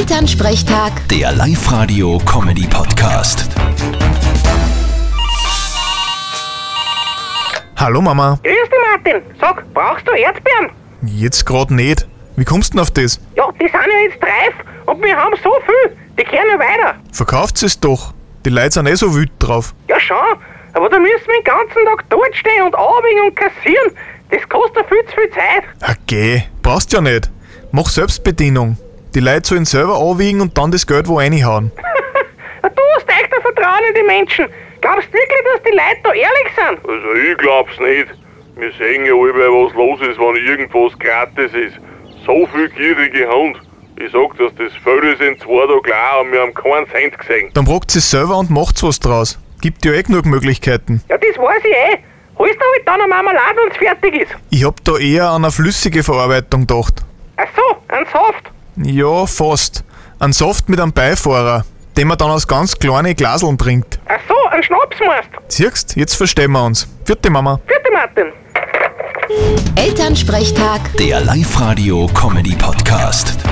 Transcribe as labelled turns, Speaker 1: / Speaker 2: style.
Speaker 1: Elternsprechtag,
Speaker 2: Der Live-Radio-Comedy-Podcast.
Speaker 3: Hallo Mama,
Speaker 4: Grüß dich, Martin. Sag, brauchst du Erdbeeren?
Speaker 3: jetzt grad nicht. Wie kommst denn auf das?
Speaker 4: Ja, die sind ja jetzt reif und wir haben so viel. Die kehren ja weiter.
Speaker 3: Verkauft es doch. Die Leute sind eh so wütend drauf.
Speaker 4: Ja, schon. Aber da müssen wir den ganzen Tag dort stehen und arbeiten und kassieren. Das kostet viel zu viel Zeit.
Speaker 3: Ah, geh, brauchst ja nicht. Mach Selbstbedienung. Die Leute sollen selber anwiegen und dann das Geld wo reinhauen.
Speaker 4: Du hast echt ein Vertrauen in die Menschen. Glaubst du wirklich, dass die Leute da ehrlich sind?
Speaker 5: Also ich glaub's nicht. Wir sehen ja alle, was los ist, wenn irgendwas gratis ist. So viel gierige Hund. Ich sag das, das Vögel sind zwei Tage klar und wir haben keinen Cent gesehen.
Speaker 3: Dann brockt sie selber und macht's was draus. Gibt ja eh genug Möglichkeiten.
Speaker 4: Ja, das weiß ich eh. Holst du halt dann eine Marmelade, wenn's fertig ist?
Speaker 3: Ich hab da eher an eine flüssige Verarbeitung gedacht.
Speaker 4: Ach so, ein Saft.
Speaker 3: Ja, fast. Ein Saft mit einem Beifahrer, den man dann aus ganz kleinen Glaseln trinkt.
Speaker 4: Ach so, ein Schnaps meinst.
Speaker 3: Siehst, jetzt verstehen wir uns. Vierte Mama.
Speaker 4: Vierte Martin.
Speaker 1: Elternsprechtag.
Speaker 2: Der Live-Radio-Comedy-Podcast.